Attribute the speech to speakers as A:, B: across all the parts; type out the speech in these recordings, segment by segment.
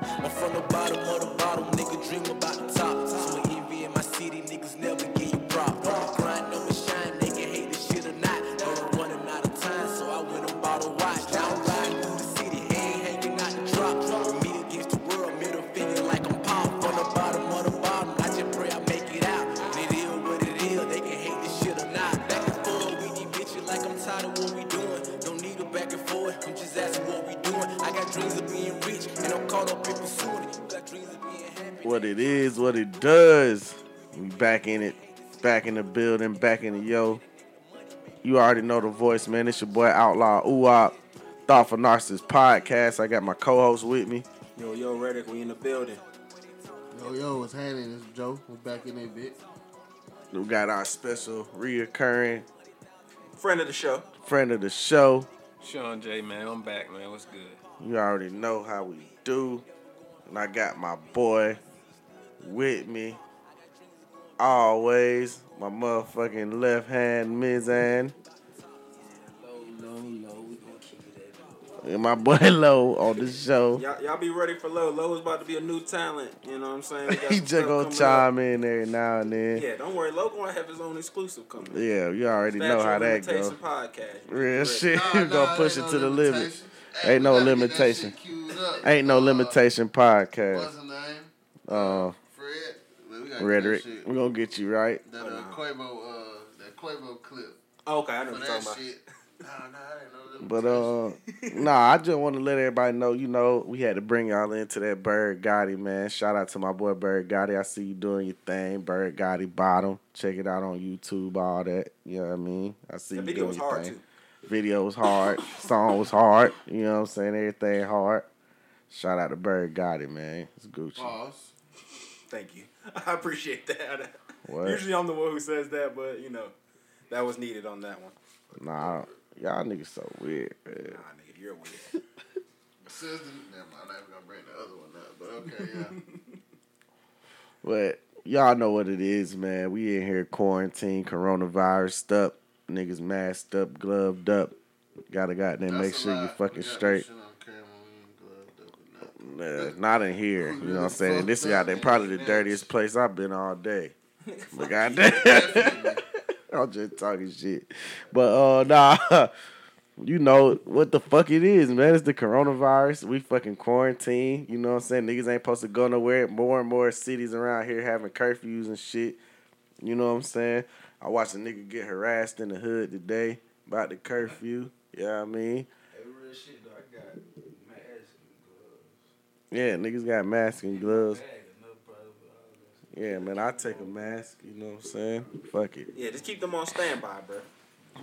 A: I'm from the bottom of the bottom, nigga dream about the top. So envy in my city, niggas never get you prop. Grind on my shine, they can hate this shit or not. But I'm running out of time, so I went and bought a watch. Now I'm riding through the city, ain't hanging out the drop. Me against the world, middle finger like I'm pop. From the bottom of the bottom, I just pray I make it out. And it is what it is, they can hate this shit or not. Back and forth, we these bitches like I'm tired of what we doing. Don't need a back and forth, I'm just asking what we doing. I got dreams of being rich, and I'm caught up in pursuing it. You got dreams of being happy.
B: What it is, what it does. We back in it, back in the building, back in the yo. You already know the voice, man. It's your boy Outlaw Uwop, Thoughtful Narcissist Podcast. I got my co-host with me.
C: Yo, yo, Reddick, we in the building.
D: Yo, yo, what's happening? It's Joe. We're back in that bit.
B: We got our special reoccurring
C: Friend of the show.
B: friend of the show.
E: Sean J, man, I'm back, man. What's good?
B: You already know how we do. And I got my boy with me. Always. My motherfucking left hand Mizan. And my boy Low on the show.
C: Y'all, y'all be ready for Low. Low is about to be a new talent. You know what I'm saying? We got
B: he
C: some
B: just
C: stuff
B: gonna
C: coming
B: chime in every now and
C: up.
B: then. Yeah,
C: Yeah, don't worry. Low gonna have his own exclusive coming.
B: you already
C: Statue
B: know how
C: of
B: that
C: Limitation
B: go.
C: Podcast.
B: Real
C: Ready.
B: shit. you gonna push it to the limit.
D: Hey,
B: Ain't no
D: we gotta get that
B: limitation.
D: shit queued up.
B: Ain't no
D: Uh,
B: limitation
D: What's
B: podcast.
D: his name?
B: Uh,
D: Fred. Man, we gotta get that
B: rhetoric.
D: shit.
B: We gonna get you right.
D: That uh, Quavo, uh, that Quavo clip.
C: Oh, okay, I know
D: For
C: what you're
D: that
C: talking
D: shit. Nah, nah, I didn't know that.
B: But uh, nah, I just want to let everybody know, you know, we had to bring y'all into that Bird Gotti, man. Shout out to my boy Bird Gotti. I see you doing your thing, Bird Gotti Bottom. Check it out on YouTube, all that. You know what I mean? I see
C: The
B: you
C: video
B: doing
C: was
B: your
C: hard,
B: thing.
C: too.
B: Video was hard. Song was hard. You know what I'm saying? Everything hard. Shout out to Bird Gotti, man. It's Gucci.
D: Pause.
C: Thank you. I appreciate that.
B: What?
C: Usually I'm the one who says that, but you know, that was needed on that one.
B: Nah, I don't- y'all niggas so weird. Man.
C: Nah, nigga, you're weird.
D: Says the, never mind, I'm not even gonna bring the other one up. But okay, yeah.
B: But y'all know what it is, man. We in here quarantine, coronavirus up, niggas masked up, gloved up. Gotta goddamn make
D: That's a
B: sure you
D: lie.
B: fucking
D: We got
B: straight.
D: this shit on camera. We ain't gloved up or nothing.
B: Nah, not in here. You know what I'm saying? This
D: Fuck
B: goddamn
D: that
B: probably the
D: bitch.
B: dirtiest place I've been all day. But goddamn, I'm just talking shit. But uh, nah. You know what the fuck it is, man. It's the coronavirus. We fucking quarantine. You know what I'm saying? Niggas ain't supposed to go nowhere. More and more cities around here having curfews and shit. You know what I'm saying? I watched a nigga get harassed in the hood today about the curfew. Yeah, I mean? Yeah, niggas got masks and gloves. Yeah, man, I take a mask. You know what I'm saying? Fuck it.
C: yeah, just keep them on standby, bro.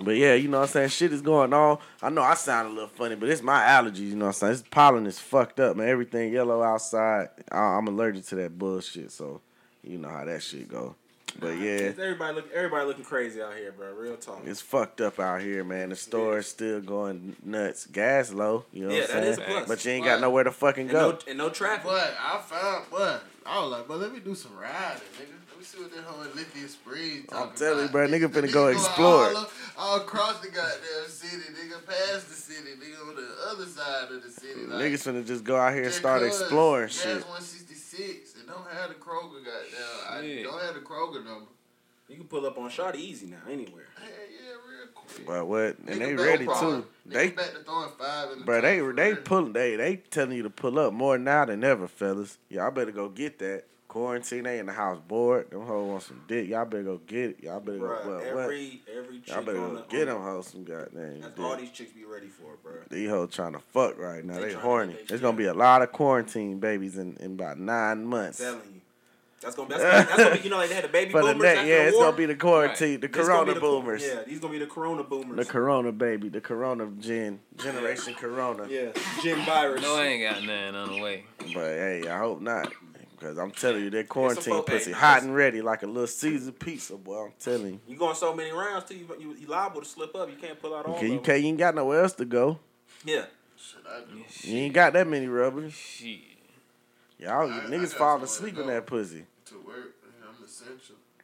B: But yeah, you know what I'm saying? Shit is going on. I know I sound a little funny, but it's my allergies, you know what I'm saying? This pollen is fucked up, man. Everything yellow outside. I- I'm allergic to that bullshit, so you know how that shit go. But yeah,
C: Everybody look everybody looking crazy out here, bro. Real talk.
B: it's fucked up out here, man. The store is still going nuts. Gas low, you know
C: Yeah,
B: what I'm
C: that is a
B: saying?
C: plus.
B: But you ain't got nowhere to fucking
C: and,
B: go.
C: no, and no traffic.
D: But I found, but I was like, but let me do some riding, nigga. Let me see what that whole Lithia Springs.
B: I'm
D: talking
B: telling you,
D: about.
B: bro, nigga
D: The
B: finna go
D: going
B: explore.
D: All, o- all across the goddamn city, nigga, past the city, nigga, on the other side of the city. Like,
B: Niggas finna just go out here and
D: just
B: start
D: 'cause
B: exploring
D: gas
B: shit.
D: 166 and don't have the Kroger goddamn. I
E: Shit.
D: don't have the Kroger number.
C: You can pull up on Shotty easy now, anywhere.
D: Hell yeah, real quick.
B: But what? And they
D: Nigga back
B: ready
D: throwing-
B: too. They
D: nigga back to throwing five in the
B: Bro, they
D: tank for
B: they
D: real.
B: pulling they they telling you to pull up more now than ever, fellas. Y'all better go get that. Quarantine, they in the house bored. Them hoes want some dick. Y'all better go get it. Y'all better
C: Bruh,
B: go what, what?
C: every every chick
B: Y'all better
C: on
B: go
C: the,
B: get them
C: on,
B: hoes some goddamn
C: That's all
B: dick.
C: these chicks be ready for, bro.
B: These hoes trying to fuck right now.
C: They
B: They,
C: tryna-
B: horny.
C: they
B: There's gonna be a lot of quarantine babies in, in about nine months.
C: telling you. That's gonna, that's, gonna, that's gonna be, you know, like they had the baby
B: For the
C: boomers
B: next,
C: after
B: yeah,
C: the
B: it's
C: war.
B: gonna be the quarantine, the
C: This gonna be
B: corona
C: the-
B: boomers,
C: Yeah, these gonna be the corona boomers.
B: the corona baby, the corona gen generation corona.
C: yeah, Jim virus.
E: No, I ain't got nothing on the way.
B: But hey, I hope not. Because I'm telling you, that
C: It's
B: quarantine
C: a buffet.
B: pussy hot and ready like a little Caesar pizza, boy. I'm telling you.
C: You going so many rounds too, you, you, you liable to slip up. You can't pull out all.
B: Okay, you
C: of them.
B: can't you ain't got nowhere else to go.
C: Yeah,
D: Shit, I do.
B: You ain't got that many rubbers.
E: Shit.
B: Y'all
D: I- I
B: niggas
D: got
B: falling
D: somewhere to
B: asleep
D: go.
B: in that pussy.
D: to work. man, I'm essential.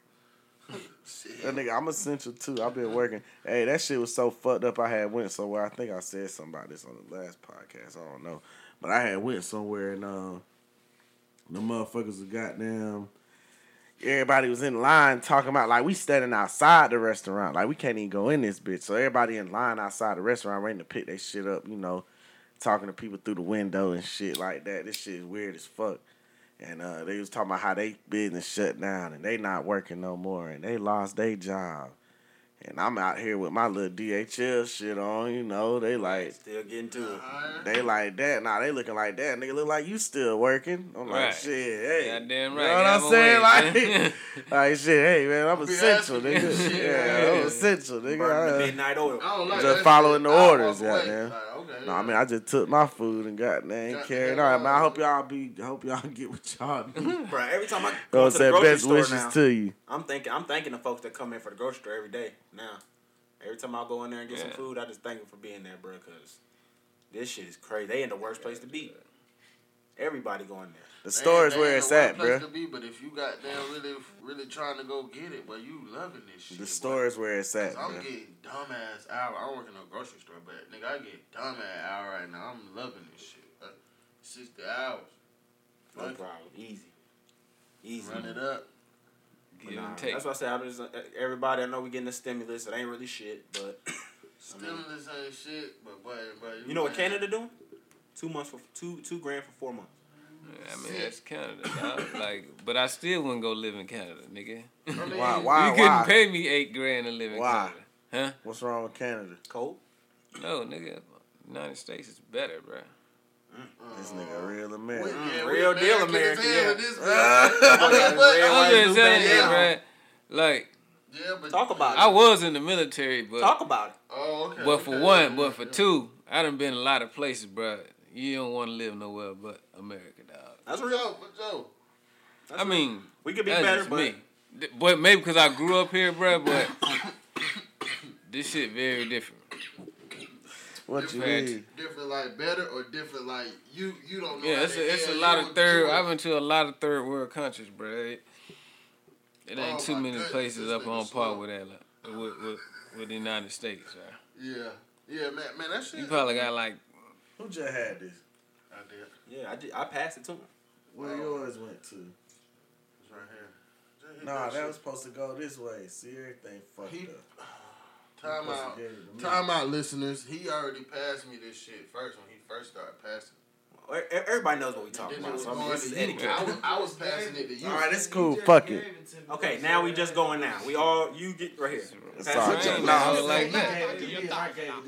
D: Shit.
B: That nigga, I'm essential too. I've been working. Hey, that shit was so fucked up. I had went somewhere. I think I said something about this on the last podcast. I don't know, but I had went somewhere and um, The motherfuckers was goddamn. Everybody was in line talking about like we standing outside the restaurant, like we can't even go in this bitch. So everybody in line outside the restaurant waiting to pick their shit up, you know, talking to people through the window and shit like that. This shit is weird as fuck. And uh, they was talking about how they business shut down and they not working no more and they lost their job. And I'm out here with my little DHL shit on, you know. They like
C: Still getting to it.
D: Alright.
B: they like that. Nah, they looking like that. Nigga look like you still working. I'm like,
E: Right.
B: shit, hey.
E: Goddamn
B: You
E: right.
B: know what
E: Have
B: I'm
E: a
B: saying?
E: way, man.
B: like, like, shit, hey, man, I'm
D: Be
B: essential,
D: asking you
B: nigga.
D: shit,
B: yeah,
D: man.
B: I'm essential,
C: Burning the
B: nigga. Uh,
C: midnight oil.
E: Oh.
D: I don't like
B: Just
D: that
B: following
D: shit.
B: the
D: I walk
B: orders,
D: away.
B: goddamn.
D: Like, okay,
B: No, I mean, I just took my food and got dang
D: Got- uh,
B: carried
D: got-
B: on. Man, I hope y'all be, I hope y'all get what y'all need. You
C: Bruh, every time I
B: know
C: go
B: what I'm
C: to the
B: saying?
C: grocery
B: Best
C: store
B: wishes
C: now,
B: to you.
C: I'm thinking I'm thanking the folks that come in for the grocery store every day now. Every time I go in there and get some
E: Yeah.
C: food, I just thank them for being there, bro, because this shit is crazy. They in the worst place to be. Everybody going there.
B: The store is
D: They- they
B: where
D: ain't
B: it's
D: the right
B: at,
D: place
B: bruh.
D: to Be, but if you got there really, really trying to go get it, but you loving this shit.
B: The
D: boy.
B: store is where it's at,
D: I'm
B: bruh.
D: getting dumbass hour. I don't work in no grocery store, but nigga, I get dumbass hour right now. I'm loving this shit. Like, Sixty hours.
C: No
D: Like,
C: problem. Easy. Easy.
D: run it up.
E: Give
C: Nah,
E: and take.
C: That's why I said I just, uh, everybody I know we getting the stimulus. It ain't really shit, but
D: Stimulus ain't shit, but boy, boy,
C: you know what
D: paying-
C: Canada doing? Two months for two two grand for four months.
E: I mean, that's Canada. dog. Like, but I still wouldn't go live in Canada, nigga.
D: I mean,
B: Why? Why?
E: you couldn't
B: Why?
E: pay me eight grand to live in
B: Why?
E: Canada,
B: What's wrong with Canada?
C: Cold.
E: huh? No, nigga. United States is better, bro.
D: uh,
B: This nigga real
D: we-
B: American.
D: yeah,
C: Real
D: we
C: deal
D: American as
C: American,
D: hell
C: yeah.
D: in this bitch.
C: Real
E: I'm
C: white
E: just
C: blue
E: saying,
D: bandana.
E: bruh. Like,
D: Yeah, but
C: Talk about it.
E: I was in the military, but
C: Talk about it.
D: Oh, okay.
E: But for
D: okay.
E: one, but for two, I done been a lot of places, bruh. You don't want to live nowhere but America, dog.
C: That's
D: For
C: real.
D: Joe, for Joe.
E: I mean,
C: We could be
E: that's
C: better,
E: just
C: but
E: me. Th- But maybe because I grew up here, bruh. But this shit very different.
B: What you
E: Different.
B: mean?
D: Different like better or different like you you don't know.
E: Yeah,
D: how
E: it's
D: the
E: a, it's a
D: hell
E: lot
D: you
E: of
D: would
E: third.
D: do it.
E: I've been to a lot of third world countries, bruh. It, it ain't
D: Oh
E: too
D: my
E: many
D: goodness,
E: places
D: this
E: up
D: nigga
E: on par
D: slow.
E: with that, like, with, with, with the United States. bruh.
D: Yeah, yeah, man, man, that shit.
E: You probably got like
B: Who just had this?
D: I did.
C: yeah, I, did, I passed it to him.
D: Oh.
B: Where yours went to?
D: It's right here. Just hit
B: Nah,
D: shit.
B: that was supposed to go this way. See, everything fucked
D: He-
B: up.
D: Time
B: supposed to
D: out.
B: get it to me.
D: Time out, listeners. He already passed me this shit first when he first started passing.
C: E- e- Everybody knows what we talking
D: Then it
C: about.
D: was
C: So I mean,
D: going
C: this
D: to
C: is etiquette.
D: you. I was, I was passing it to you.
B: All right, it's cool. Fuck it.
C: Okay, now we just going now. We all you get right here.
B: It's
C: Pass
B: all
C: it
B: right.
C: to him.
B: Nah, I was
E: like that.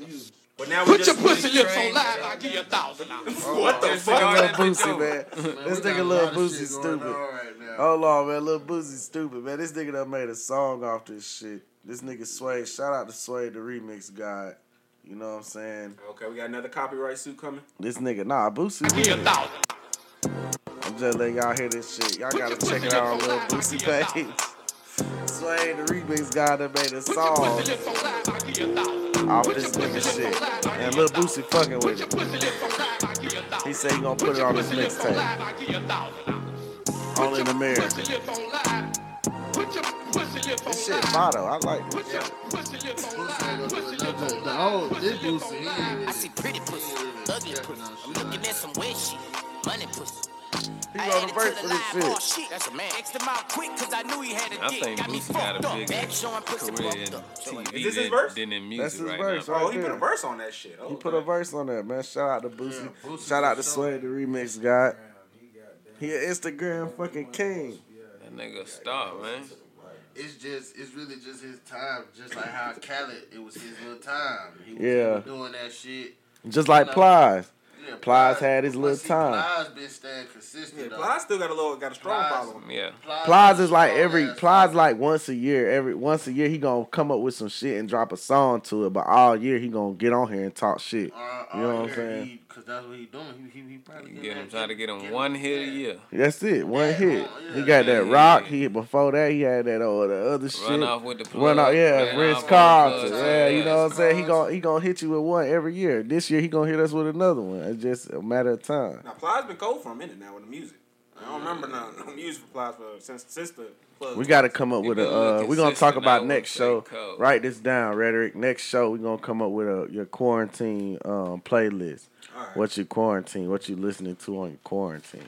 C: But now we just
E: your phone live.
F: I give you a thousand dollars.
C: what the
E: There's a
C: fuck?
E: guard
B: Little
E: at the
B: Boosie,
E: door.
B: man.
D: Man,
B: This
D: we got a
B: nigga
D: lot
B: Lil
D: of
B: Boosie
D: shit going on
B: stupid. Oh.
D: Right now.
B: Hold on, man. Lil Boosie stupid, man. This nigga done made a song off this shit. This nigga Sway. Shout out to Sway, the remix guy. You know what I'm saying?
C: Okay, we got another copyright suit coming.
B: This nigga, nah, Boosie.
F: Give you a thousand.
B: I'm just letting y'all hear this shit. Y'all gotta check it out on Lil Boosie page. Sway, the remix guy that made a song
F: Pussy lips on live. I give you a thousand.
B: off this nigga shit. And Lil Boosie fucking with it.
F: Pussy lips on live. I give you a thousand.
B: He said he gonna put it on his
F: Pussy lips on
B: mixtape.
F: live. I give you a thousand.
B: All in the mirror.
F: Pussy lips on live. Put your pussy lips on
B: This shit
F: live.
B: motto. I like this.
F: Put your pussy lips on
D: Boosie ain't
F: live.
D: gonna do
F: Pussy lips
D: nothing.
F: on
D: The
F: live.
D: whole- Oh, this
F: Pussy lips
D: Boosie,
F: on
D: he
F: live.
D: ain't
G: I see pretty pussy, ugly pussy. I'm looking at some wet shit, money pussy.
B: He
G: I
B: on
G: added
B: the
G: to
B: verse
G: the
B: for this
G: live
B: shit.
G: all shit. That's a man. Xed him out quick cause I knew he had a
E: I
G: dick.
E: think
G: got me
E: Boosie got
G: fucked
E: a
G: up.
E: bigger
G: Back showing pussy
E: career in
G: fucked up. So
E: TV
C: Is this his
E: than,
C: verse?
E: than in music
B: That's his
E: right
B: verse,
E: now.
B: right
C: Oh, he put a
B: there.
C: verse on that shit. Oh,
B: He put a verse on that, man. Shout out to Boosie.
D: Yeah, Boosie
B: Shout out to
D: for
B: Sway, the remix guy. He an Instagram fucking king.
E: That nigga a star, man.
D: It's just, it's really just his time. Just like how Khaled, it was his little time. He was
B: Yeah.
D: doing that shit.
B: Just like
D: No.
B: Plies.
D: Yeah,
B: Plies had his
D: but
B: little
D: see,
B: time.
D: Plies been staying consistent.
C: yeah,
D: though.
C: Plies still got a little, got a strong
D: Plies-
C: following.
E: Yeah.
B: Plies is like
D: strong
B: every
D: ass. Uh,
B: Plies like once a year. Every once a year he gonna come up with some shit and drop a song to it. But all year he gonna get on here and talk shit.
D: Uh,
B: You know
D: uh,
B: what I'm
D: yeah,
B: saying?
D: he- Cause that's what he doing. He, he, he probably
E: You
D: getting
E: get him,
D: that-
E: try to get him
D: getting-
E: one hit
D: yeah.
E: a year.
B: That's it. One
D: Yeah,
B: hit.
D: oh,
B: He
D: yeah.
B: got that
E: Yeah,
B: rock.
E: yeah.
B: He hit before that. He had that or the other shit.
E: Run off with the plug.
B: Run out, yeah,
E: ran off
B: Rince
E: with the
B: Carlton.
E: plug,
B: Yeah, you know what I'm
E: yeah.
B: saying? He gonna he gonna hit you with one every year. This year he gonna hit us with another one. It's just a matter of time.
C: Now Plies been cold for a minute now with the music. I don't remember no, no music for Plies for since since the plug.
B: We gotta come up
E: You
B: with a
E: gotta look
B: uh, we're gonna talk
E: consistent, I
B: about
E: would
B: next
E: say,
B: show.
E: Cole.
B: Write this down, rhetoric. Next show we're gonna come up with a your quarantine um playlist.
C: All right.
B: What you quarantine, what you listening to on your quarantine.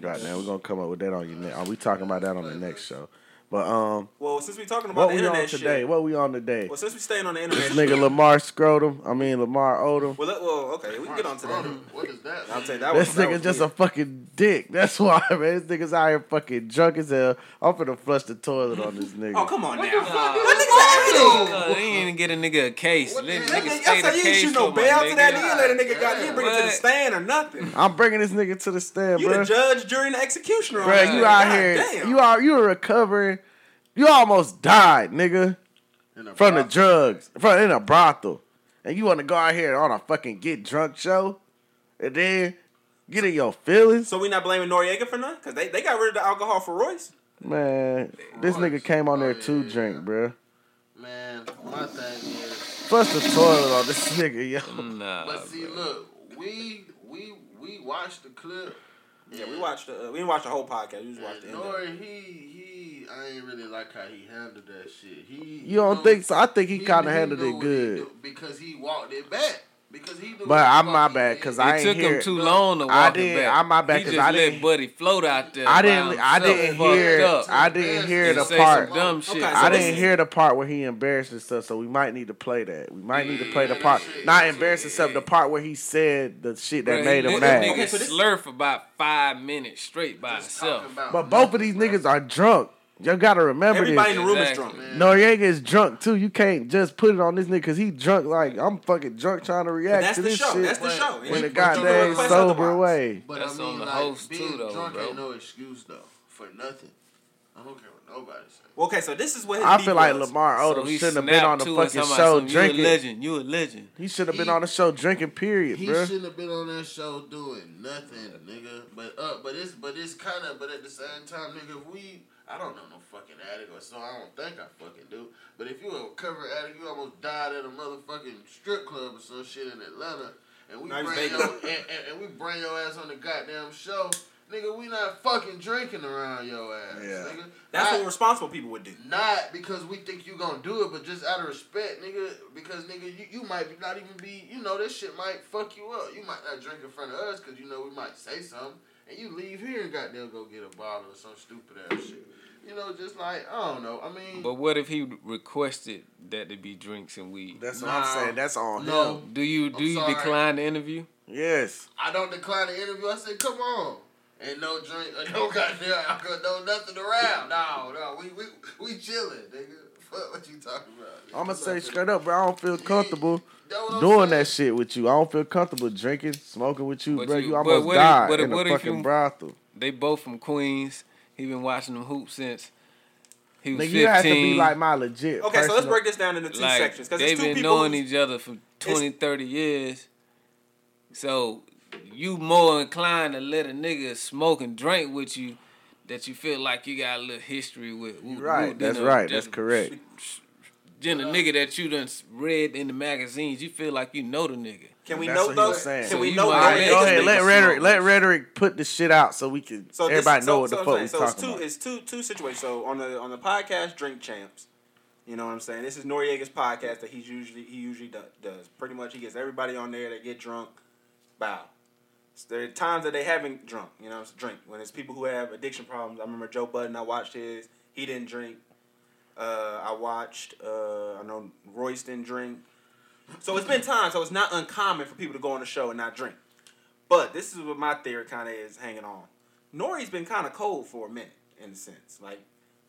B: Right now, we're gonna come up with that on your. Ne- are we talking about that on the next show? But um,
C: Well, since we talking about
B: what
C: the
B: we on
C: internet
B: today?
C: shit.
B: What we on today?
C: Well, since we staying on the internet
B: This
C: shit.
B: nigga Lamar Scrotum. I mean Lamar Odom.
C: Well, let- well, okay, we can get on to that.
D: What is that?
C: I'll take that.
B: This
C: was- that was
B: nigga just a
C: weird.
B: fucking dick. That's why, man. This nigga's out here fucking drunk as hell. I'm finna flush the toilet on this nigga.
C: Oh come on now.
E: They ain't even get a nigga a case. Let
C: Nigga,
E: a nigga
C: I
E: stay the
C: say you ain't
E: case
C: shoot no
E: for my
C: bail to that.
E: nigga.
C: You ain't let a nigga got. You ain't bring it to the
E: But-
C: stand or nothing.
B: I'm bringing this nigga to the stand,
C: You
B: bro.
C: the judge, jury, and executioner. on
B: Bruh,
C: that.
B: you out
C: God
B: here.
C: damn.
B: You are you were recovering. You almost died, nigga, from the drugs, from in a brothel, and you want to go out here on a fucking get drunk show, and then get in your feelings,
C: So we not blaming Noriega for nothing because they, they got rid of the alcohol for Royce.
B: man. This nigga came on there to drink, bruh.
D: Man, my thing is,
B: Flush the toilet on this nigga, yo.
E: Nah.
D: but see, look, we we we watched the clip.
C: Yeah, we watched. The, uh, we didn't watch the whole podcast. We just watched the
D: And
C: end. of it.
D: Nori, he he, I ain't really like how he handled that shit. He
B: You don't
D: knew-
B: think so? I think he kind
D: knew-
B: of handled
D: knew
B: it
D: what he
B: good,
D: do- because he walked it back. Because he. knew
B: but
D: what
B: I'm
D: the
B: my
D: fuck he
B: bad
D: did.
B: because
E: It
B: I ain't
E: took
B: here.
E: him too long to walk
B: I
E: it
B: did-
E: back.
B: I'm not back
E: He
B: 'cause
E: just
B: I
E: let
B: didn't-
E: Buddy float out there.
B: I
E: by
B: didn't. I
E: himself,
B: didn't
E: fucked
B: hear.
E: up,
B: I didn't hear
E: and
B: the
E: say
B: part.
E: some dumb shit.
C: Okay,
B: I
C: So
B: didn't
C: this-
B: hear the part where he embarrassed himself, so we might need to play that. We might need to play the part, not embarrass himself, the part where he said the shit that
E: Bruh,
B: made
E: he
B: him
E: let that
B: mad.
E: Nigga
C: Okay, so this-
E: slur for about five minutes straight by himself.
D: Talking about
B: But both of these niggas are drunk. Y'all gotta remember
C: Everybody in
B: this.
C: the room is
E: Exactly.
C: drunk.
B: Noriega is drunk too. You can't just put it on this nigga because he drunk. Like I'm fucking drunk trying to react
C: That's
B: to
C: the
B: this
C: show.
B: shit
C: That's the show.
B: in
C: You-
B: a
C: you can't
B: goddamn
C: request
B: sober
C: otherwise.
B: way.
D: But
E: That's
D: I mean,
E: on the
D: like,
E: host too,
D: being
E: though,
D: drunk
E: bro.
D: ain't no excuse though for nothing. I don't care what nobody say.
C: Well, Okay, so this is what his
B: I
C: beef
B: feel like
C: was.
B: Lamar
E: So
B: Odom
E: he
B: shouldn't have been
E: snapped
B: on the
E: to him,
B: fucking
E: talking about
B: show
E: some, You a
B: drinking.
E: legend. You a legend.
B: He should have been
D: He-
B: on the show drinking. Period,
D: He
B: bro.
D: shouldn't have been on that show doing nothing, nigga. But uh, but it's but it's kind of but at the same time, nigga, if we I don't know no fucking addict or so. I don't think I fucking do. But if you a recovering addict, you almost died at a motherfucking strip club or some shit in Atlanta, and we
C: Now he's
D: bring
C: Vegas.
D: your, and, and, and we bring your ass on the goddamn show, nigga. We not fucking drinking around your ass, nigga.
C: That's
D: Not-
C: what responsible people would do.
D: not because we think you gonna do it, but just out of respect, nigga. Because nigga, you, you might be not even be, you know, this shit might fuck you up. You might not drink in front of us because you know we might say something, and you leave here and goddamn go get a bottle or some stupid ass shit. You know, just like I don't know. I mean,
E: But what if he requested that to be drinks and weed?
B: That's
D: what I'm Nah. saying.
B: That's on
D: no,
E: do you do
D: I'm
E: you
D: sorry.
E: decline the interview?
B: Yes.
D: I don't decline the interview. I say, come on. Ain't no drink, or no goddamn alcohol, no nothing around. No, no, we we we chilling, nigga. Fuck what you talking about? nigga.
B: I'm gonna say straight up, bro. I don't feel
D: You-
B: comfortable
D: That what I'm
B: doing
D: saying.
B: that shit with you. I don't feel comfortable drinking, smoking with you,
E: But
B: bro.
E: you-
B: You,
E: but
B: almost
E: what if-
B: died
E: but
B: in
E: what
B: a
E: if
B: fucking
E: you-
B: brothel.
E: They both from Queens. He been watching them hoop since he was
B: Nigga, you have to
E: fifteen.
B: be like my legit.
C: Okay, so let's
B: personal-
C: break this down into two
E: Like,
C: sections because
E: they've
C: it's two
E: been
C: people.
E: knowing
C: who's-
E: each other for 20, 30 years. So you more inclined to let a nigga smoke and drink with you that you feel like you got a little history with. Woo- woo,
B: Right, that's
E: than a-
B: right,
E: than
B: that's
E: a-
B: correct.
E: Then a nigga that you done s- read in the magazines, you feel like you know the nigga.
C: Can we
B: That's
C: know
B: what he
C: though?
B: was saying.
C: Can
E: So
C: we
E: you
C: know
E: might-
B: All right,
E: Niggas
B: go ahead.
E: make
B: Let
E: us
B: rhetoric,
E: smokers.
B: let rhetoric put the shit out so we can
C: So this-
B: everybody know
C: so-
B: what the
C: so I'm
B: fuck
C: saying,
B: we
C: so it's
B: talking
C: two,
B: about.
C: It's two two situations. So on the on the podcast, Drink Champs. You know what I'm saying? This is Noriega's podcast that he's usually he usually do, does. Pretty much, he gets everybody on there. They get drunk. Bow. So there are times that they haven't drunk. You know, it's drink when it's people who have addiction problems. I remember Joe Budden. I watched his. He didn't drink. Uh, I watched. Uh, I know Royce didn't drink. So it's been times. So it's not uncommon for people to go on the show and not drink. But this is what my theory kind of is hanging on. Nori's been kind of cold for a minute, in a sense. Like,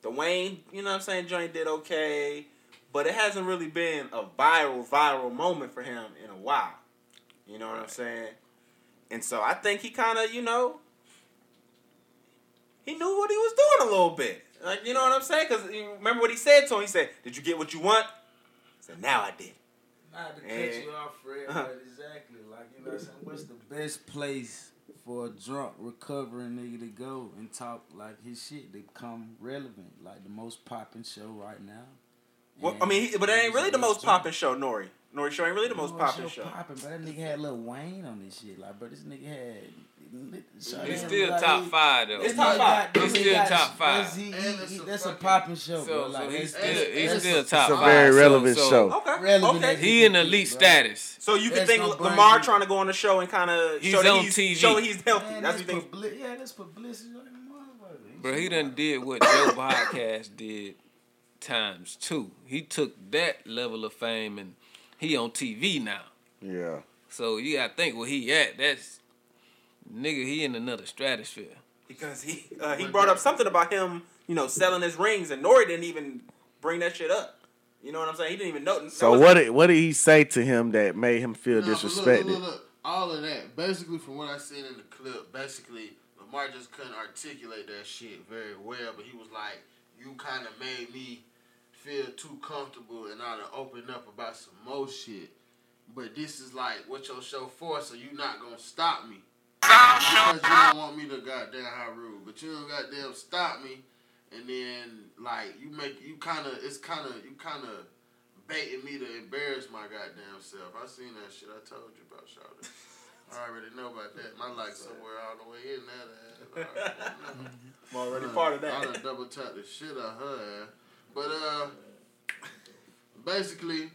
C: the Wayne, you know what I'm saying, joint did okay, but it hasn't really been a viral, viral moment for him in a while. You know what I'm saying? And so I think he kind of, you know, he knew what he was doing a little bit. Like, you know what I'm saying? Because you remember what he said to him? He said, Did you get what you want? He said, Now I did.
H: Not to cut
C: And-
H: you off, Fred,
C: Uh-huh.
H: but exactly. Like, you know what I'm saying? What's the best place for a drunk recovering nigga to go and talk like his shit to come relevant? Like, the most popping show right now.
C: Well, I
H: And
C: mean, he, but it ain't really the most
H: drunk.
C: popping show, Nori. Nori Show ain't really the most
H: Lord,
C: popular
H: shit
C: show.
H: Oh, Poppin', but that nigga had Lil Wayne on this shit. Like, but this nigga had.
E: It's still top five though.
C: It's top five.
E: It's still top five.
H: That's, he,
D: And
H: he,
D: it's
H: he,
D: a
H: that's a
D: fucking-
H: popping show.
E: So,
H: bro.
E: so
H: Like,
E: he's
H: that's-
E: still he's
H: that's
E: still
H: a-
E: top
B: It's a
E: five.
B: very
E: So-
B: relevant
E: so
B: show.
C: Okay.
H: Relevant
C: okay.
H: as
E: He in elite
H: Bro.
E: status.
C: So you could
H: That's
C: think
H: no brain.
C: Lamar trying to go on the show and kind of
E: He's
C: show that
E: on
C: he's,
E: TV.
C: show he's healthy.
H: Man,
C: That's
H: that's
C: what you think.
H: publi- yeah, that's publicity. Like, motherfucker.
E: Bro, he done did what Joe Podcast did times two. He took that level of fame and he on TV now.
B: Yeah.
E: So you gotta think where he at. That's nigga. He in another stratosphere.
C: Because he uh, he brought up something about him, you know, selling his rings, and Nori didn't even bring that shit up. You know what I'm saying? He didn't even know. that
B: So
C: was-
B: what did what did he say to him that made him feel
D: No, but look,
B: disrespected?
D: look, look, look. All of that, basically, from what I seen in the clip, basically Lamar just couldn't articulate that shit very well. But he was like, "You kind of made me feel too comfortable, and I done opened up about some more shit." But this is like what your show for, so you not gonna stop me. Because you don't want me to goddamn how rude, but you don't goddamn stop me. And then like you make you kind of it's kind of you kind of baiting me to embarrass my goddamn self. I seen that shit. I told you about, Shawty. I already know about that. My life somewhere all the way in that ass. I already know.
C: I'm already part of
D: I
C: that.
D: done double tapped the shit out her ass. But uh, basically,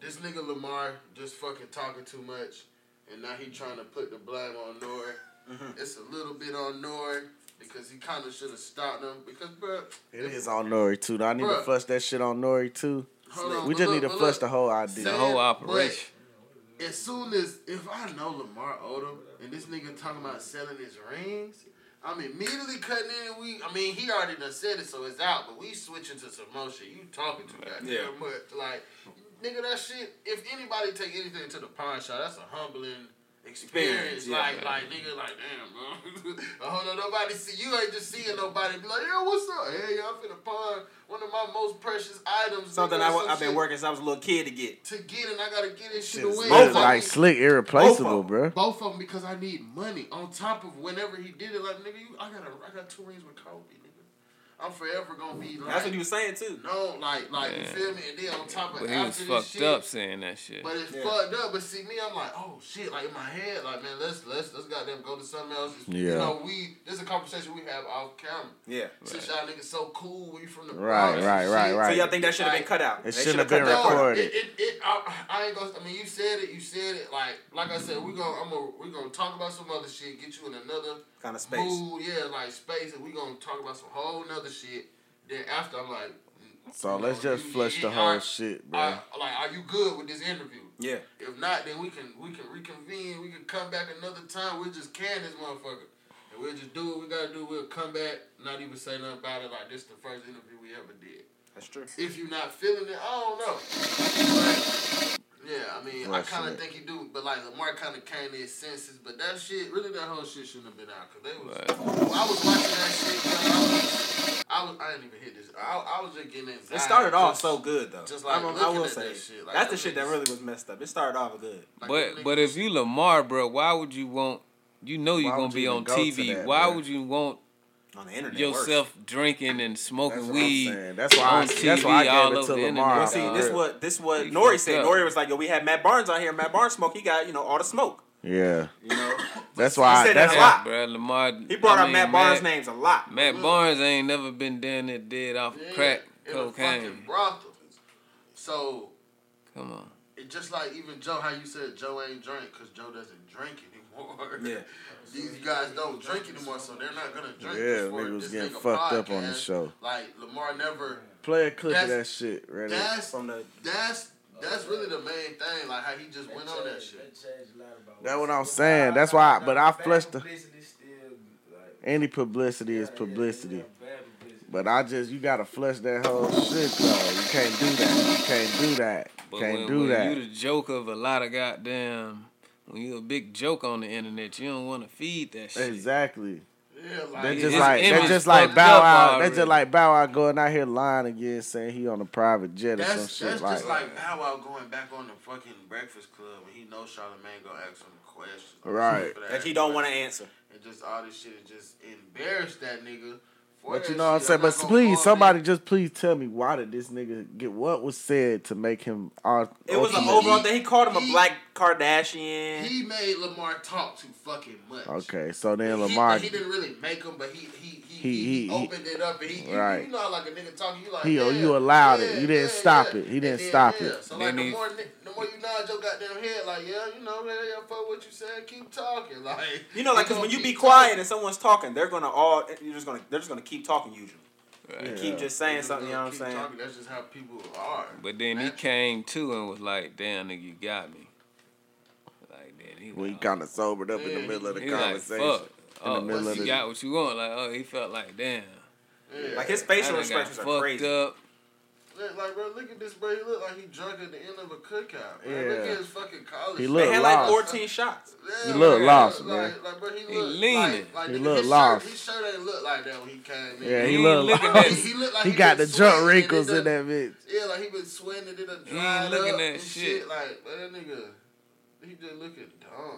D: this nigga Lamar just fucking talking too much, and now he trying to put the blame on Nori.
B: Mm-hmm.
D: It's a little bit on Nori because he kind of should have stopped him because bro,
B: It is on Nori too. Do I need to
D: Bruh.
B: flush that shit on Nori too?
D: hold on,
B: We
D: but
B: just
D: look,
B: need to
D: but
B: flush
D: look.
B: the whole idea.
E: The whole
D: But-
E: operation.
D: as soon as if I know Lamar Odom and this nigga talking about selling his rings, I'm immediately cutting in. And we, I mean, he already done said it, so it's out. But we switching to some more shit. You talking too goddamn
C: Yeah.
D: much, like nigga. That shit. If anybody take anything to the pawn shop, that's a humbling. Experience,
C: Experience, yeah.
D: like, like nigga, like damn, bro. I hope that nobody see you ain't just seeing nobody be like, yo, what's up? Hey, y'all finna pawn one of my most precious items.
C: Something
D: nigga,
C: I,
D: or
C: wa-
D: some
C: I've been
D: shit
C: working since I was a little kid to get.
D: to get, and I gotta get this shit
B: Shit is lit,
D: away.
C: Both of
B: like
C: them.
B: slick, irreplaceable,
C: Both
B: bro.
D: Both of them because I need money. On top of whenever he did it, like nigga, you, I got a, I got two rings with Kobe, nigga. I'm forever gonna be like,
C: That's what you were saying too.
D: no, like, like you
E: Yeah.
D: feel me? And then on top of
E: But he was
D: after this
E: fucked
D: shit,
E: up saying that shit.
D: but it's
C: Yeah.
D: fucked up. But see me, I'm like, oh shit, like in my head, like man, let's let's let's goddamn go to something else.
B: Yeah.
D: You know, we this is a conversation we have off camera.
C: Yeah.
D: Since y'all niggas so cool, we from the
B: Right,
D: Bronx and
B: right, right,
D: shit.
B: right.
C: So y'all think that should have been cut out?
B: It
C: They
B: shouldn't
C: shoulda
B: have been
C: cut that part.
B: recorded.
D: It, it, it, I, I ain't gonna. I mean, you said it. You said it. Like, like I said, we gonna, I'm gonna, we gonna talk about some other shit. Get you in another
C: Kind of space.
D: mood, yeah, like space, and we gonna talk about some whole nother shit. Then after, I'm like,
B: So Oh, let's
D: you know,
B: just
D: you-
B: flush
D: you-
B: the whole
D: are-
B: shit, bro.
D: are- like, are you good with this interview?
C: Yeah.
D: If not, then we can, we can reconvene. We can come back another time. We'll just can this motherfucker, and we'll just do what we gotta do. We'll come back, not even say nothing about it. Like this, the first interview we ever did
C: That's true.
D: if you're not feeling it, I don't know. But, yeah, I mean, I
B: Right,
D: kind
B: shit.
D: of think he do, but like Lamar kind of came to his senses. But that shit, really, that whole shit shouldn't have been out because they was. I was watching that shit. But I, was, I was. I didn't even hit this. I, I was just getting anxiety.
C: It started off
D: just-
C: so good though.
D: just like
C: I'm- I
D: looking
C: will
D: at
C: say,
D: that shit, like,
C: that's the
D: them
C: shit that
D: niggas-
C: really was messed up. It started off good.
D: like, them
E: But but
D: niggas-
E: if you Lamar, bro, why would you want? You know you're
B: Why
E: gonna
B: would
E: be
B: you even
E: on
B: go to
E: TV.
B: that,
E: why
B: bro?
E: would you want
C: On the internet.
E: yourself drinking and
B: That's
E: smoking
B: what I'm
E: weed?
B: saying. That's why. I,
E: on
B: that's why
E: TV all
B: I gave it
E: over
B: to
E: the
B: Lamar.
E: internet,
C: Worse. See,
E: dog.
C: this what this what
E: He
C: Nori
E: fucked
C: said.
E: up.
C: Nori was like, "Yo, we had Matt Barnes on here. Matt Barnes smoke. He got you know all the smoke.
B: yeah,
C: You know,
B: that's
C: he
B: why.
C: said
B: That's
C: that a lot.
B: why.
E: Yeah, bro. Lamar.
C: he brought
E: I
C: up
E: mean,
C: Matt Barnes' names a lot.
E: Matt Barnes ain't never been down there dead off of
D: yeah,
E: crack
D: in a fucking
E: cocaine.
D: brothel. So
E: Come on.
D: it just like even Joe, how you said Joe ain't drink because Joe doesn't drink anymore.
C: Yeah.
D: These guys don't drink anymore, so they're not gonna drink.
B: Yeah,
D: this for
B: nigga was
D: this
B: getting
D: nigga
B: fucked up on the
D: podcast.
B: show.
D: Like Lamar never.
B: Play a clip of that
D: That's-
B: shit, ready?
D: That's
C: From the
D: that's that's really the main thing. Like how he just went on that shit.
B: That's what I'm saying. That's why- but I flushed the-
H: It
B: Any publicity is publicity. But I just you gotta flush that whole shit though. You can't do that. You can't do that.
E: But
B: can't
E: when,
B: do
E: when
B: that.
E: you the joke of a lot of goddamn, when you a big joke on the internet, you don't want to feed that shit.
B: Exactly.
D: Yeah,
B: They
D: like
B: just
E: his
B: like they
E: image
B: just like
E: fucked
B: Bow
E: up
B: Wow. They
E: already.
B: just like Bow Wow going out here lying again, saying he on a private jet or some
D: that's
B: shit
D: that's just
B: like.
D: like Bow Wow going back on the fucking Breakfast Club and he knows Charlamagne gonna ask him a question.
B: Right.
D: For
C: that he don't want to answer.
D: And just all this shit and just embarrassed that nigga for
B: But
D: that
B: you know what I'm
D: shit.
B: saying? But
D: not gonna
B: please,
D: fault
B: somebody
D: it.
B: just please tell me why did this nigga get what was said to make him all
C: It was an
D: He-
C: overall thing. He called him a
D: he-
C: black Kardashian.
D: He made Lamar talk too fucking much.
B: Okay, so then
D: He-
B: Lamar
D: He, didn't really make him, but he he he,
B: He-
D: he,
B: he-
D: opened it up and he you-
B: right.
D: you, know how like a nigga talk you like
B: He-
D: yeah,
B: you allowed it.
D: yeah,
B: You didn't
D: yeah,
B: stop
D: yeah.
B: it. He
D: And
B: didn't
D: then,
B: stop
D: yeah.
B: it.
D: So
E: Then
D: like
E: he-
D: the more ni- the more you nod your goddamn head like yeah you know yeah, yeah fuck what you said keep talking like
C: You know, like,
D: we
C: because when you
D: gonna
C: be
D: keep
C: quiet
D: talking.
C: and someone's talking, they're gonna all you're just gonna they're just gonna keep talking usually.
B: Yeah.
C: Keep just
D: We
C: saying
D: just
C: something. You know what
D: gonna
C: I'm
D: keep
C: saying?
D: talking. That's just how people are.
E: But then he
D: That's-
E: came to and was like, "Damn, nigga, you got me." Like then he
B: Well, he
E: went off.
B: kind of sobered up in the
D: Yeah,
B: middle of the
E: He was like,
B: conversation.
E: "Fuck." Oh,
B: middle
D: of
E: you
D: the-
E: got what you want. Like, oh, he felt like, damn.
D: Yeah.
C: Like his
E: that
C: facial
E: done got
C: expressions are
E: fucked
C: crazy.
E: Up.
D: Look, like bro, look at this bro. He look like he drunk at the end of a cookout. Man. Look
B: Yeah.
D: at his fucking college.
B: He
D: shit.
B: look
C: They had like
B: lost.
C: 14 shots.
D: Yeah,
B: He look
D: man,
B: lost,
D: like,
B: man.
D: Like, bro, he,
E: He
D: look,
E: leaning.
D: Like, like,
B: He
D: nigga,
B: look
D: his
B: lost.
D: Shirt, his shirt ain't look like that when he came in.
B: Yeah,
E: He
B: he
E: ain't
B: look.
E: looking
B: like-
E: at-
D: he, look like
B: He got the
D: been
B: drunk
D: sweating and it
B: wrinkles in
D: done-
B: that bitch.
D: Yeah, like he been sweating and it done
E: He ain't
D: dried
E: looking
D: up
E: at
D: and
E: shit.
D: shit. Like man, that nigga, he just looking dumb.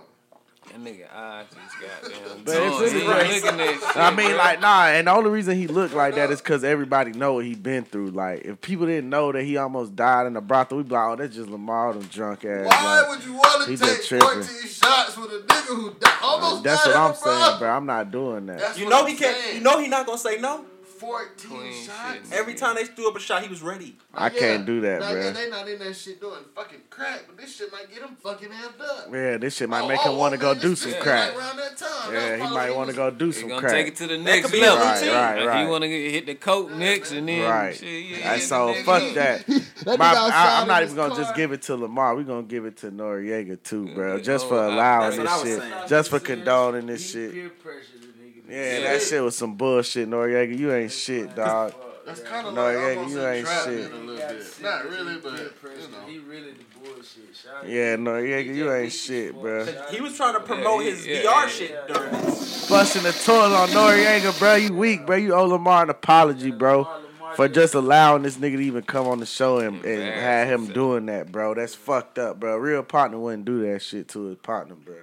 E: That nigga eyes just goddamn.
B: But it's
E: torn.
B: his
E: He ain't
B: face.
E: looking at shit,
B: I mean,
E: bro.
B: like, nah. And the only reason he looked like that
D: up.
B: is because everybody know what he been through. Like, if people didn't know that he almost died in the brothel, we'd be like, oh, that's just Lamar, them drunk ass.
D: Why
B: like,
D: would you want
B: he
D: to
B: just
D: take
B: tripping.
D: 14 shots with a nigga who di- almost
B: that's
D: died
B: what
D: in
B: I'm
D: a
B: saying,
D: brothel?
B: bro. I'm not doing that.
D: That's
C: You
D: what
C: know
D: I'm
C: he can't. You
D: saying.
C: know he not gonna say no.
D: 14
E: Queen
D: shots.
E: shit.
C: Every time they threw up a shot, he was ready.
B: I
D: Yeah.
B: can't do that,
D: Now, yeah,
B: bro.
D: they not in that shit doing fucking crack, but this shit might get him fucking amped up.
B: Yeah, this shit might
D: Oh,
B: make
D: oh,
B: him want
D: oh,
B: to go
D: man,
B: do
D: this
B: some
D: shit
B: crack.
D: right around that time. That
B: Yeah,
D: was
B: he
D: probably
B: might
D: when
B: want to
D: Oh, was-
B: go do
E: He
B: some
E: gonna
B: crack.
E: take it to the
C: That
E: next
C: could be a
E: level.
B: Right,
C: routine.
B: right,
E: Like,
B: right.
E: He want to hit the coke next and then
B: Right.
E: shit. Yeah,
B: Hey,
E: hit
B: so
E: the next
B: fuck
E: level.
B: that.
I: That
B: My,
I: nigga outside
B: I, I'm
I: in
B: not
I: his
B: even gonna just
I: car.
B: give it to Lamar. We're gonna give it to Noriega too, bro.
E: Yeah,
B: Just
E: oh,
B: for
E: I-
B: allowing
C: that's what I
B: this
C: was
B: shit,
C: saying.
B: just for
H: He serious.
B: condoning this
H: He
B: shit.
H: Peer pressure the nigga. to
B: Yeah,
H: do
B: that shit was some bullshit, Noriega. You ain't shit, dog.
D: That's kind of
B: No,
D: like
B: yeah,
D: almost
B: you
D: in
B: ain't
D: trap
B: shit.
D: shit. a little
H: He got
D: bit.
H: sick
D: Not
H: of
D: really,
H: his
D: but
H: peer
D: you
H: pressure. He
D: know.
H: really the bullshit. Shout out
B: Yeah,
H: to
B: Noriega,
H: him.
B: you
H: He
B: ain't
H: just
B: shit,
H: weak as
B: bro.
H: fuck. Shout out
C: He
H: to
C: was
H: him.
C: trying to promote
E: yeah,
C: his
E: yeah,
C: VR
E: yeah.
C: shit during this.
B: Busting the toilet on Noriega, bro. You weak, bro. You owe Lamar an apology, bro,
H: Lamar- Lamar
B: for
H: did-
B: just allowing this nigga to even come on the show and, and have him
E: Embarrassing.
B: doing that, bro. That's fucked up, bro. A real partner wouldn't do that shit to his partner, bro.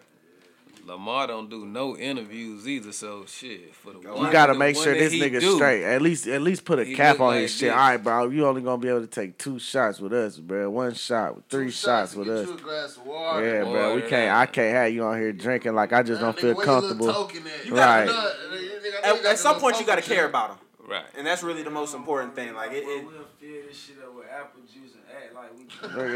E: Lamar don't do no interviews either, so shit. For the one,
B: You gotta
E: the
B: make
E: one
B: sure
E: that
B: this
E: he
B: nigga
E: do,
B: straight. At least, at least put a
E: He
B: cap
E: look
B: on
E: like
B: his shit.
E: this.
B: All right, bro. You only gonna be able to take two shots with us, bro. One shot, with three
D: Two
B: shots,
D: to
B: with
D: get
B: us.
D: You a glass of water.
B: Yeah, bro. We
E: Water
B: can't.
E: down.
B: I can't have you on here drinking like I just
D: Nah,
B: don't
D: nigga,
B: feel
D: where your
B: comfortable.
D: little token at?
C: You gotta-
D: Nah, nigga, nigga, I know
C: At,
D: got
C: at some
D: the
C: point, you
D: little
C: gotta
D: token
C: care about him,
E: Right.
C: and that's really the most important thing. Like it,
H: Well,
C: it
H: we'll fill this shit up with apple juice and act like we.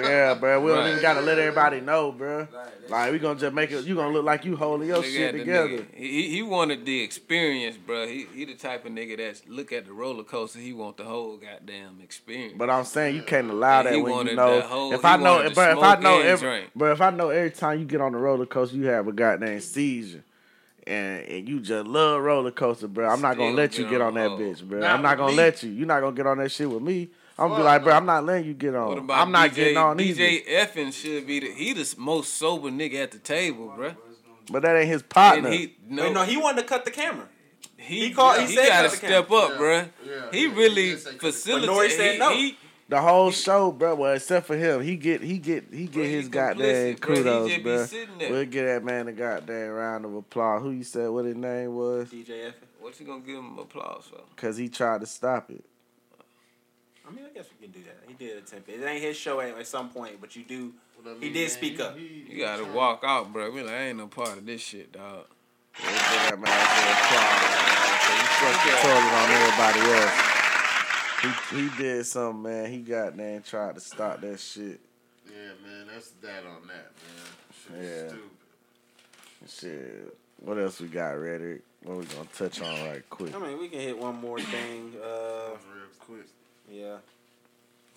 B: Yeah, bro. We don't
E: Right.
B: even gotta let everybody know, bro.
H: Like, that
B: Like we gonna just make it. You gonna look like you holding your
E: Nigga
B: shit
E: had the
B: together.
E: nigga- He, he- he wanted the experience, bro. He he the type of nigga that's look at the roller coaster. He want the whole goddamn experience.
B: But I'm saying you can't allow
E: Yeah,
B: that
E: he
B: when you
E: wanted
B: know.
E: that whole-
B: if
E: he
B: I know,
E: wanted to
B: but if I
E: smoke
B: know,
E: and
B: every,
E: drink.
B: but if I know every time you get on the roller coaster, you have a goddamn seizure, and and you just love roller coaster, bro. I'm not gonna
E: Still
B: let you
E: get
B: get
E: on
B: on that
E: the
B: bitch, bro.
D: Not
B: I'm not
D: with
B: gonna
D: me.
B: let you. You're not gonna get on that shit with me. I'm gonna be
D: Fuck
B: like, bro,
D: no.
B: I'm not letting you get on.
E: what about
B: Oh, I'm not
E: DJ,
B: getting on either.
E: DJ Effin should be the he the most sober nigga at the table, bro.
B: But that ain't his
E: And
B: partner.
E: he no,
C: Wait, no, he wanted to cut the camera.
E: he,
C: he called- he
E: he,
C: said he
E: gotta
C: cut the
E: step
D: camera.
E: up, bruh.
D: Yeah, yeah.
E: He
D: Yeah,
E: really
D: he did say cut the camera.
E: facilitated.
C: But Nori said
E: he,
C: no.
E: he-
B: the whole show, bro. Well, except for him, he get he get he get
E: Bro, he
B: his
E: complicit,
B: goddamn
E: bro. He
B: kudos,
E: just be
B: bro.
E: sitting there.
B: We'll get that man a goddamn round of applause. Who you said what his name was?
C: DJ F.
E: what you gonna give him applause for?
B: Cause he tried to stop it.
C: I mean, I guess we can do that. He did attempt it. It ain't his show at, at some point, but you do.
D: What I mean,
C: He
D: man,
C: did speak up.
D: he-
E: You gotta walk out, bro. We like I ain't no part of this shit, dog.
B: We'll get that man a good applause. man, 'cause He flushed the toilet on everybody else. He he did something, man. He goddamn tried to stop that shit.
D: Yeah, man, that's that on that, man. Shit
B: Yeah.
D: yeah. stupid.
B: Shit. What else we got, Reddick? What we gonna touch on right quick?
C: I mean, we can hit one more thing.
D: That
C: Uh,
D: was real quick.
C: yeah.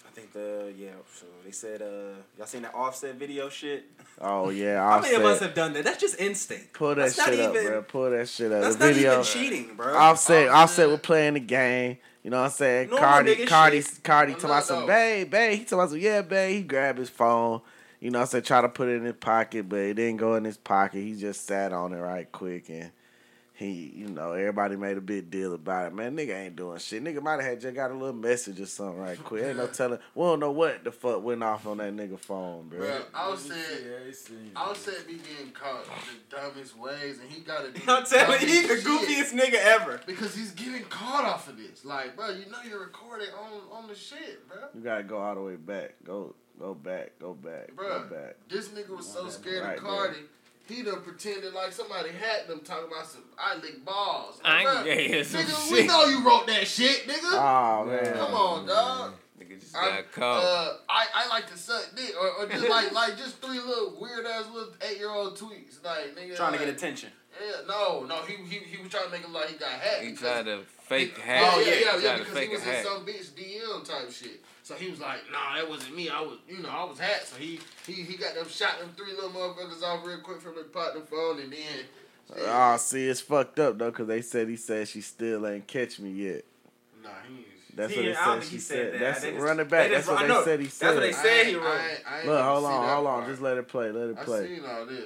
C: I think the yeah. So they said uh, y'all seen that offset video shit.
B: Oh yeah,
C: How many of us
B: offset.
C: have done that? That's just instinct.
B: Pull that
C: that's
B: shit
C: not
B: up,
C: even,
B: bro. Pull that shit up.
C: That's
B: the
C: not
B: video.
C: even cheating, bro.
B: Offset,
D: Offset.
B: Offset was playing the game. You know what I'm saying?
C: Normal
B: Cardi,
C: nigga
B: Cardi,
C: shit.
B: Cardi,
D: Well,
B: talking about
D: no,
B: some
D: no.
B: babe, babe. He talking about some yeah, babe. He grabbed his phone. You know what I'm saying? Try to put it in his pocket, but it didn't go in his pocket. He just sat on it right quick and He, you know, everybody made a big deal about it. Man, nigga ain't doing shit. Nigga might have had just got a little message or something right quick. Ain't no telling. We don't know what the fuck went off on that nigga phone, bro.
D: Bro, I was saying.
H: saying.
D: Offset be getting caught the dumbest ways, and he gotta do.
C: I'm telling you, he's the
D: dumbest shit
C: goofiest nigga ever.
D: because he's getting caught off of this. Like, bro, you know you're recording on on the shit, bro.
B: You gotta go all the way back. Go, go back, go back,
D: Bruh.
B: go back.
D: This nigga was so scared
B: right
D: of Cardi, he done pretended like somebody had them talking about some I lick balls.
E: I ain't
D: Bruh,
E: gay as some
D: nigga,
E: shit.
D: we know you wrote that shit,
C: Ah,
D: nigga.
B: Oh man,
D: Come on, dog.
E: Nigga just
D: I,
E: got caught.
D: uh, I I like to suck dick or, or just like like just three little weird ass little eight year old tweets like nigga
C: Trying to get
D: like,
C: attention.
D: Yeah, no, no, he he he was trying to make him like he got hacked.
E: he
D: because-
E: tried to fake
D: Yeah,
E: hack.
D: Oh yeah, yeah,
E: he
D: yeah,
E: tried to
D: because
E: fake
D: he was
E: a
D: in
E: hack.
D: some bitch DM type shit. So he was like, nah, that wasn't me. I was, you know, I was hacked. So he he he got them shot them three little motherfuckers off real quick from the pot the phone and then.
B: Oh, see, it's fucked up though, cause they said he said she still ain't catch me yet.
D: Nah, he is.
B: That's
C: He-
B: what
C: I
B: it
C: don't
B: said.
C: think
B: She
C: he
B: said.
C: said that.
B: That's
C: They just-
B: running back.
C: they
B: That's
C: just-
B: what
C: I
B: they
C: know.
B: said. He
C: That's
B: said.
C: what they said he
D: I-
C: wrote.
D: I- I ain't
B: Look,
D: even
B: hold
D: see
B: on,
D: that
B: hold on.
D: part.
B: Just let it play. Let it
D: I
B: play.
D: seen all this.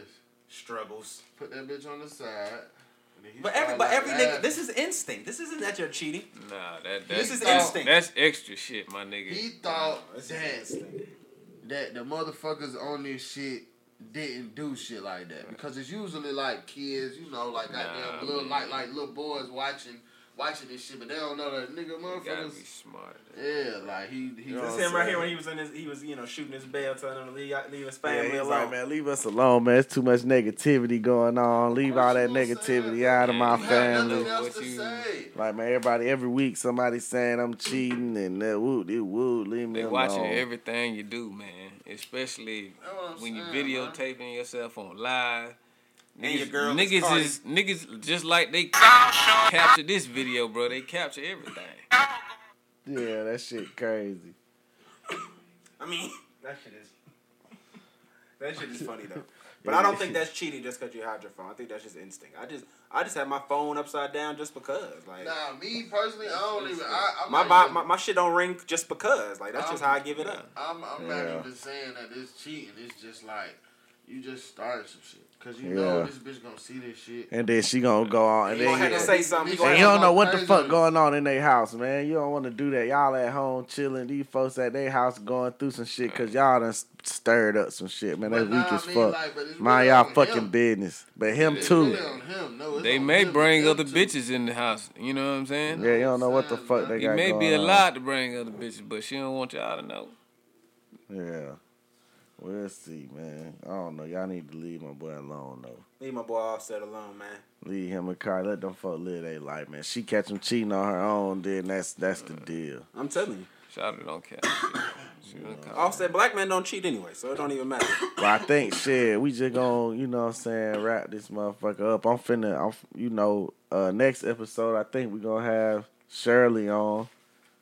C: Struggles.
D: Put that bitch on the side. and then he
C: But
D: started
C: every, but every
D: laughing.
C: nigga, this is instinct. This isn't that you're cheating.
E: Nah, that, that
C: This is
E: that's-
C: instinct.
E: That's extra shit, my nigga.
D: He thought
C: This is
D: that
C: instinct.
D: that the motherfuckers on this shit didn't do shit like that because it's usually like kids, you know, like goddamn
E: Nah,
D: little
E: man.
D: like like little boys watching watching this shit, but they don't know that nigga
E: You gotta be
D: motherfuckers.
E: smart.
D: Yeah, like he he.
B: You know
C: This
B: what I'm
C: him right
B: saying?
C: here when he was in his, he was you know shooting his bell, telling him to leave, leave his
B: Yeah,
C: family
B: he's
C: alone.
B: like, man, leave us alone, man. It's too much negativity going on. Leave all that negativity out of my
D: You had
B: family.
D: nothing else
E: What
D: to
E: you-
D: say.
B: Like, man, everybody, every week somebody's saying I'm cheating and that woo, it woo, leave me
E: They
B: alone.
E: watching everything you do, man. Especially
D: That's what I'm
E: when you
D: saying, man.
E: videotaping yourself on live.
C: And your girl is
E: niggas
C: Cardi.
E: is niggas just like they capture this video, bro. They capture everything.
B: Yeah, that shit crazy.
C: I mean, that shit is. That shit is funny though. But I don't think that's cheating just because you hide your phone. I think that's just instinct. I just, I just have my phone upside down just because. Like
D: Nah, me personally, I don't even. I, I'm
C: my,
D: not
C: bi-
D: even-
C: my my shit don't ring just because. Like that's just how I give it up.
D: I'm, I'm
B: Yeah.
D: not even saying that it's cheating. It's just like you just started some shit because you know
B: Yeah.
D: this bitch gonna see this shit.
B: And then she gonna go on, and
C: He gonna
B: then
C: have to
B: you-
C: say something. He
D: They
C: gonna
B: And
C: have
B: you
C: to-
B: don't know what the
D: Crazy.
B: fuck going on in their house, man. You don't want to do that. Y'all at home chilling. These folks at their house going through some shit because y'all done s- stirred up some shit, man. That's
D: But nah,
B: weak
D: I
B: as
D: mean,
B: fuck.
D: like, but it's
B: Mind
D: really
B: y'all
D: on
B: fucking
D: him.
B: business. But him
D: It's
B: too.
D: really on him. No, it's
E: They
D: on
E: may
D: him.
E: bring
D: Them
E: other
D: two.
E: bitches in the house. You know what I'm saying?
B: Yeah, you don't know what the
D: Son,
B: fuck
D: bro.
B: they
E: It
B: got
E: may be
B: going on.
E: allowed to bring other bitches, but she don't want y'all to know.
B: Yeah. We'll see, man. I don't know. Y'all need to leave my boy alone, though.
C: Leave my boy offset alone, man.
B: Leave him a car. Let them folk live their life, man. She catch him cheating on her own, then that's that's the deal.
C: I'm telling you,
E: Shawty don't care. She don't care.
C: offset black man don't cheat anyway, so it don't even matter.
B: But I think shit, we just gonna, you know what I'm saying, wrap this motherfucker up. I'm finna I'm f- you know, uh next episode I think we gonna have Shirley on.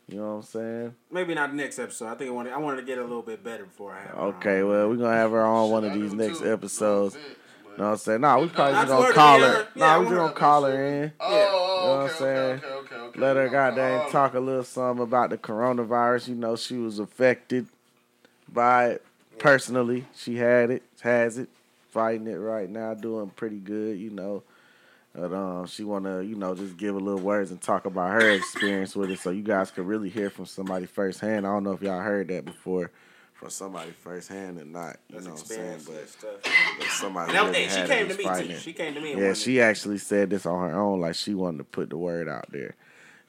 B: You know what I'm saying?
C: Maybe not next episode. I think I wanted, I wanted to get a little bit better before I have. her on.
B: Okay, well we gonna have her on one of
D: I do
B: these next
D: too. No
B: episodes.
D: offense, but-
B: No, I'm saying, nah, we probably
C: I
B: just
C: just
B: gonna
C: wanted to
B: call
C: hear
B: her.
C: her. Yeah,
B: Nah,
C: I
B: we just
C: wanted
B: gonna
C: to
B: call her in.
D: Oh,
C: Yeah.
B: You know what
D: oh,
B: I'm
D: okay,
B: saying?
D: okay, okay, okay.
B: Let her
D: We gonna
B: goddamn
D: call
B: talk a little something about the coronavirus. You know, she was affected by it personally. She had it, has it, fighting it right now, doing pretty good, you know. But um, she wanna, you know, just give a little words and talk about her experience with it, so you guys could really hear from somebody firsthand. I don't know if y'all heard that before, from somebody firsthand or not. You
C: That's
B: know what I'm saying?
C: experience
B: But,
C: and stuff.
B: but somebody
C: And that was-
B: really
C: hey, she
B: had
C: came
B: it,
C: to
B: was
C: me
B: fighting
C: too.
B: it.
C: She came to me. And
B: Yeah,
C: wanted-
B: she actually said this on her own, like she wanted to put the word out there.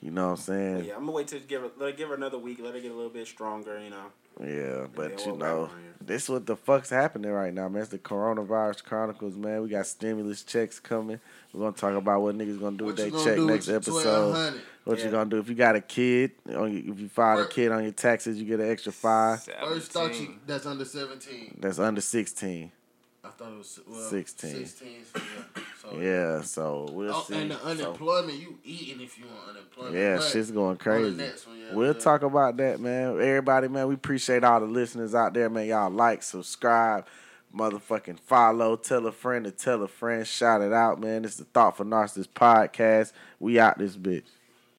B: You know what I'm saying?
C: Yeah, I'm gonna wait to give her let her give her another week. Let her get a little bit stronger. You know.
B: Yeah,
C: then
B: but you
C: we'll wrap
B: know,
C: around here.
B: this what the fuck's happening right now, man. It's the coronavirus chronicles, man. We got stimulus checks coming. We're gonna talk about what niggas gonna do with
D: What
B: their
D: you gonna
B: check
D: do
B: next
D: with your
B: episode.
D: 1200?
B: What
C: Yeah.
B: you gonna do if you got a kid? On your, if you file a
D: Work.
B: kid on your taxes, you get an extra five.
D: First thought you
E: 17.
D: that's under seventeen.
B: That's under sixteen.
D: I thought it was well,
B: 16.
D: 16, so Oh, yeah. So,
B: Yeah, so we'll
D: Oh,
B: see.
D: and the
B: So-
D: unemployment, you eating if you on unemployment.
B: Yeah,
D: but
B: shit's going crazy.
D: next one, yeah,
B: we'll
D: yeah.
B: talk about that, man. Everybody, man, we appreciate all the listeners out there, man. Y'all like, subscribe, motherfucking follow, tell a friend to tell a friend, shout it out, man. It's the Thoughtful Narcissist Podcast. We out this bitch.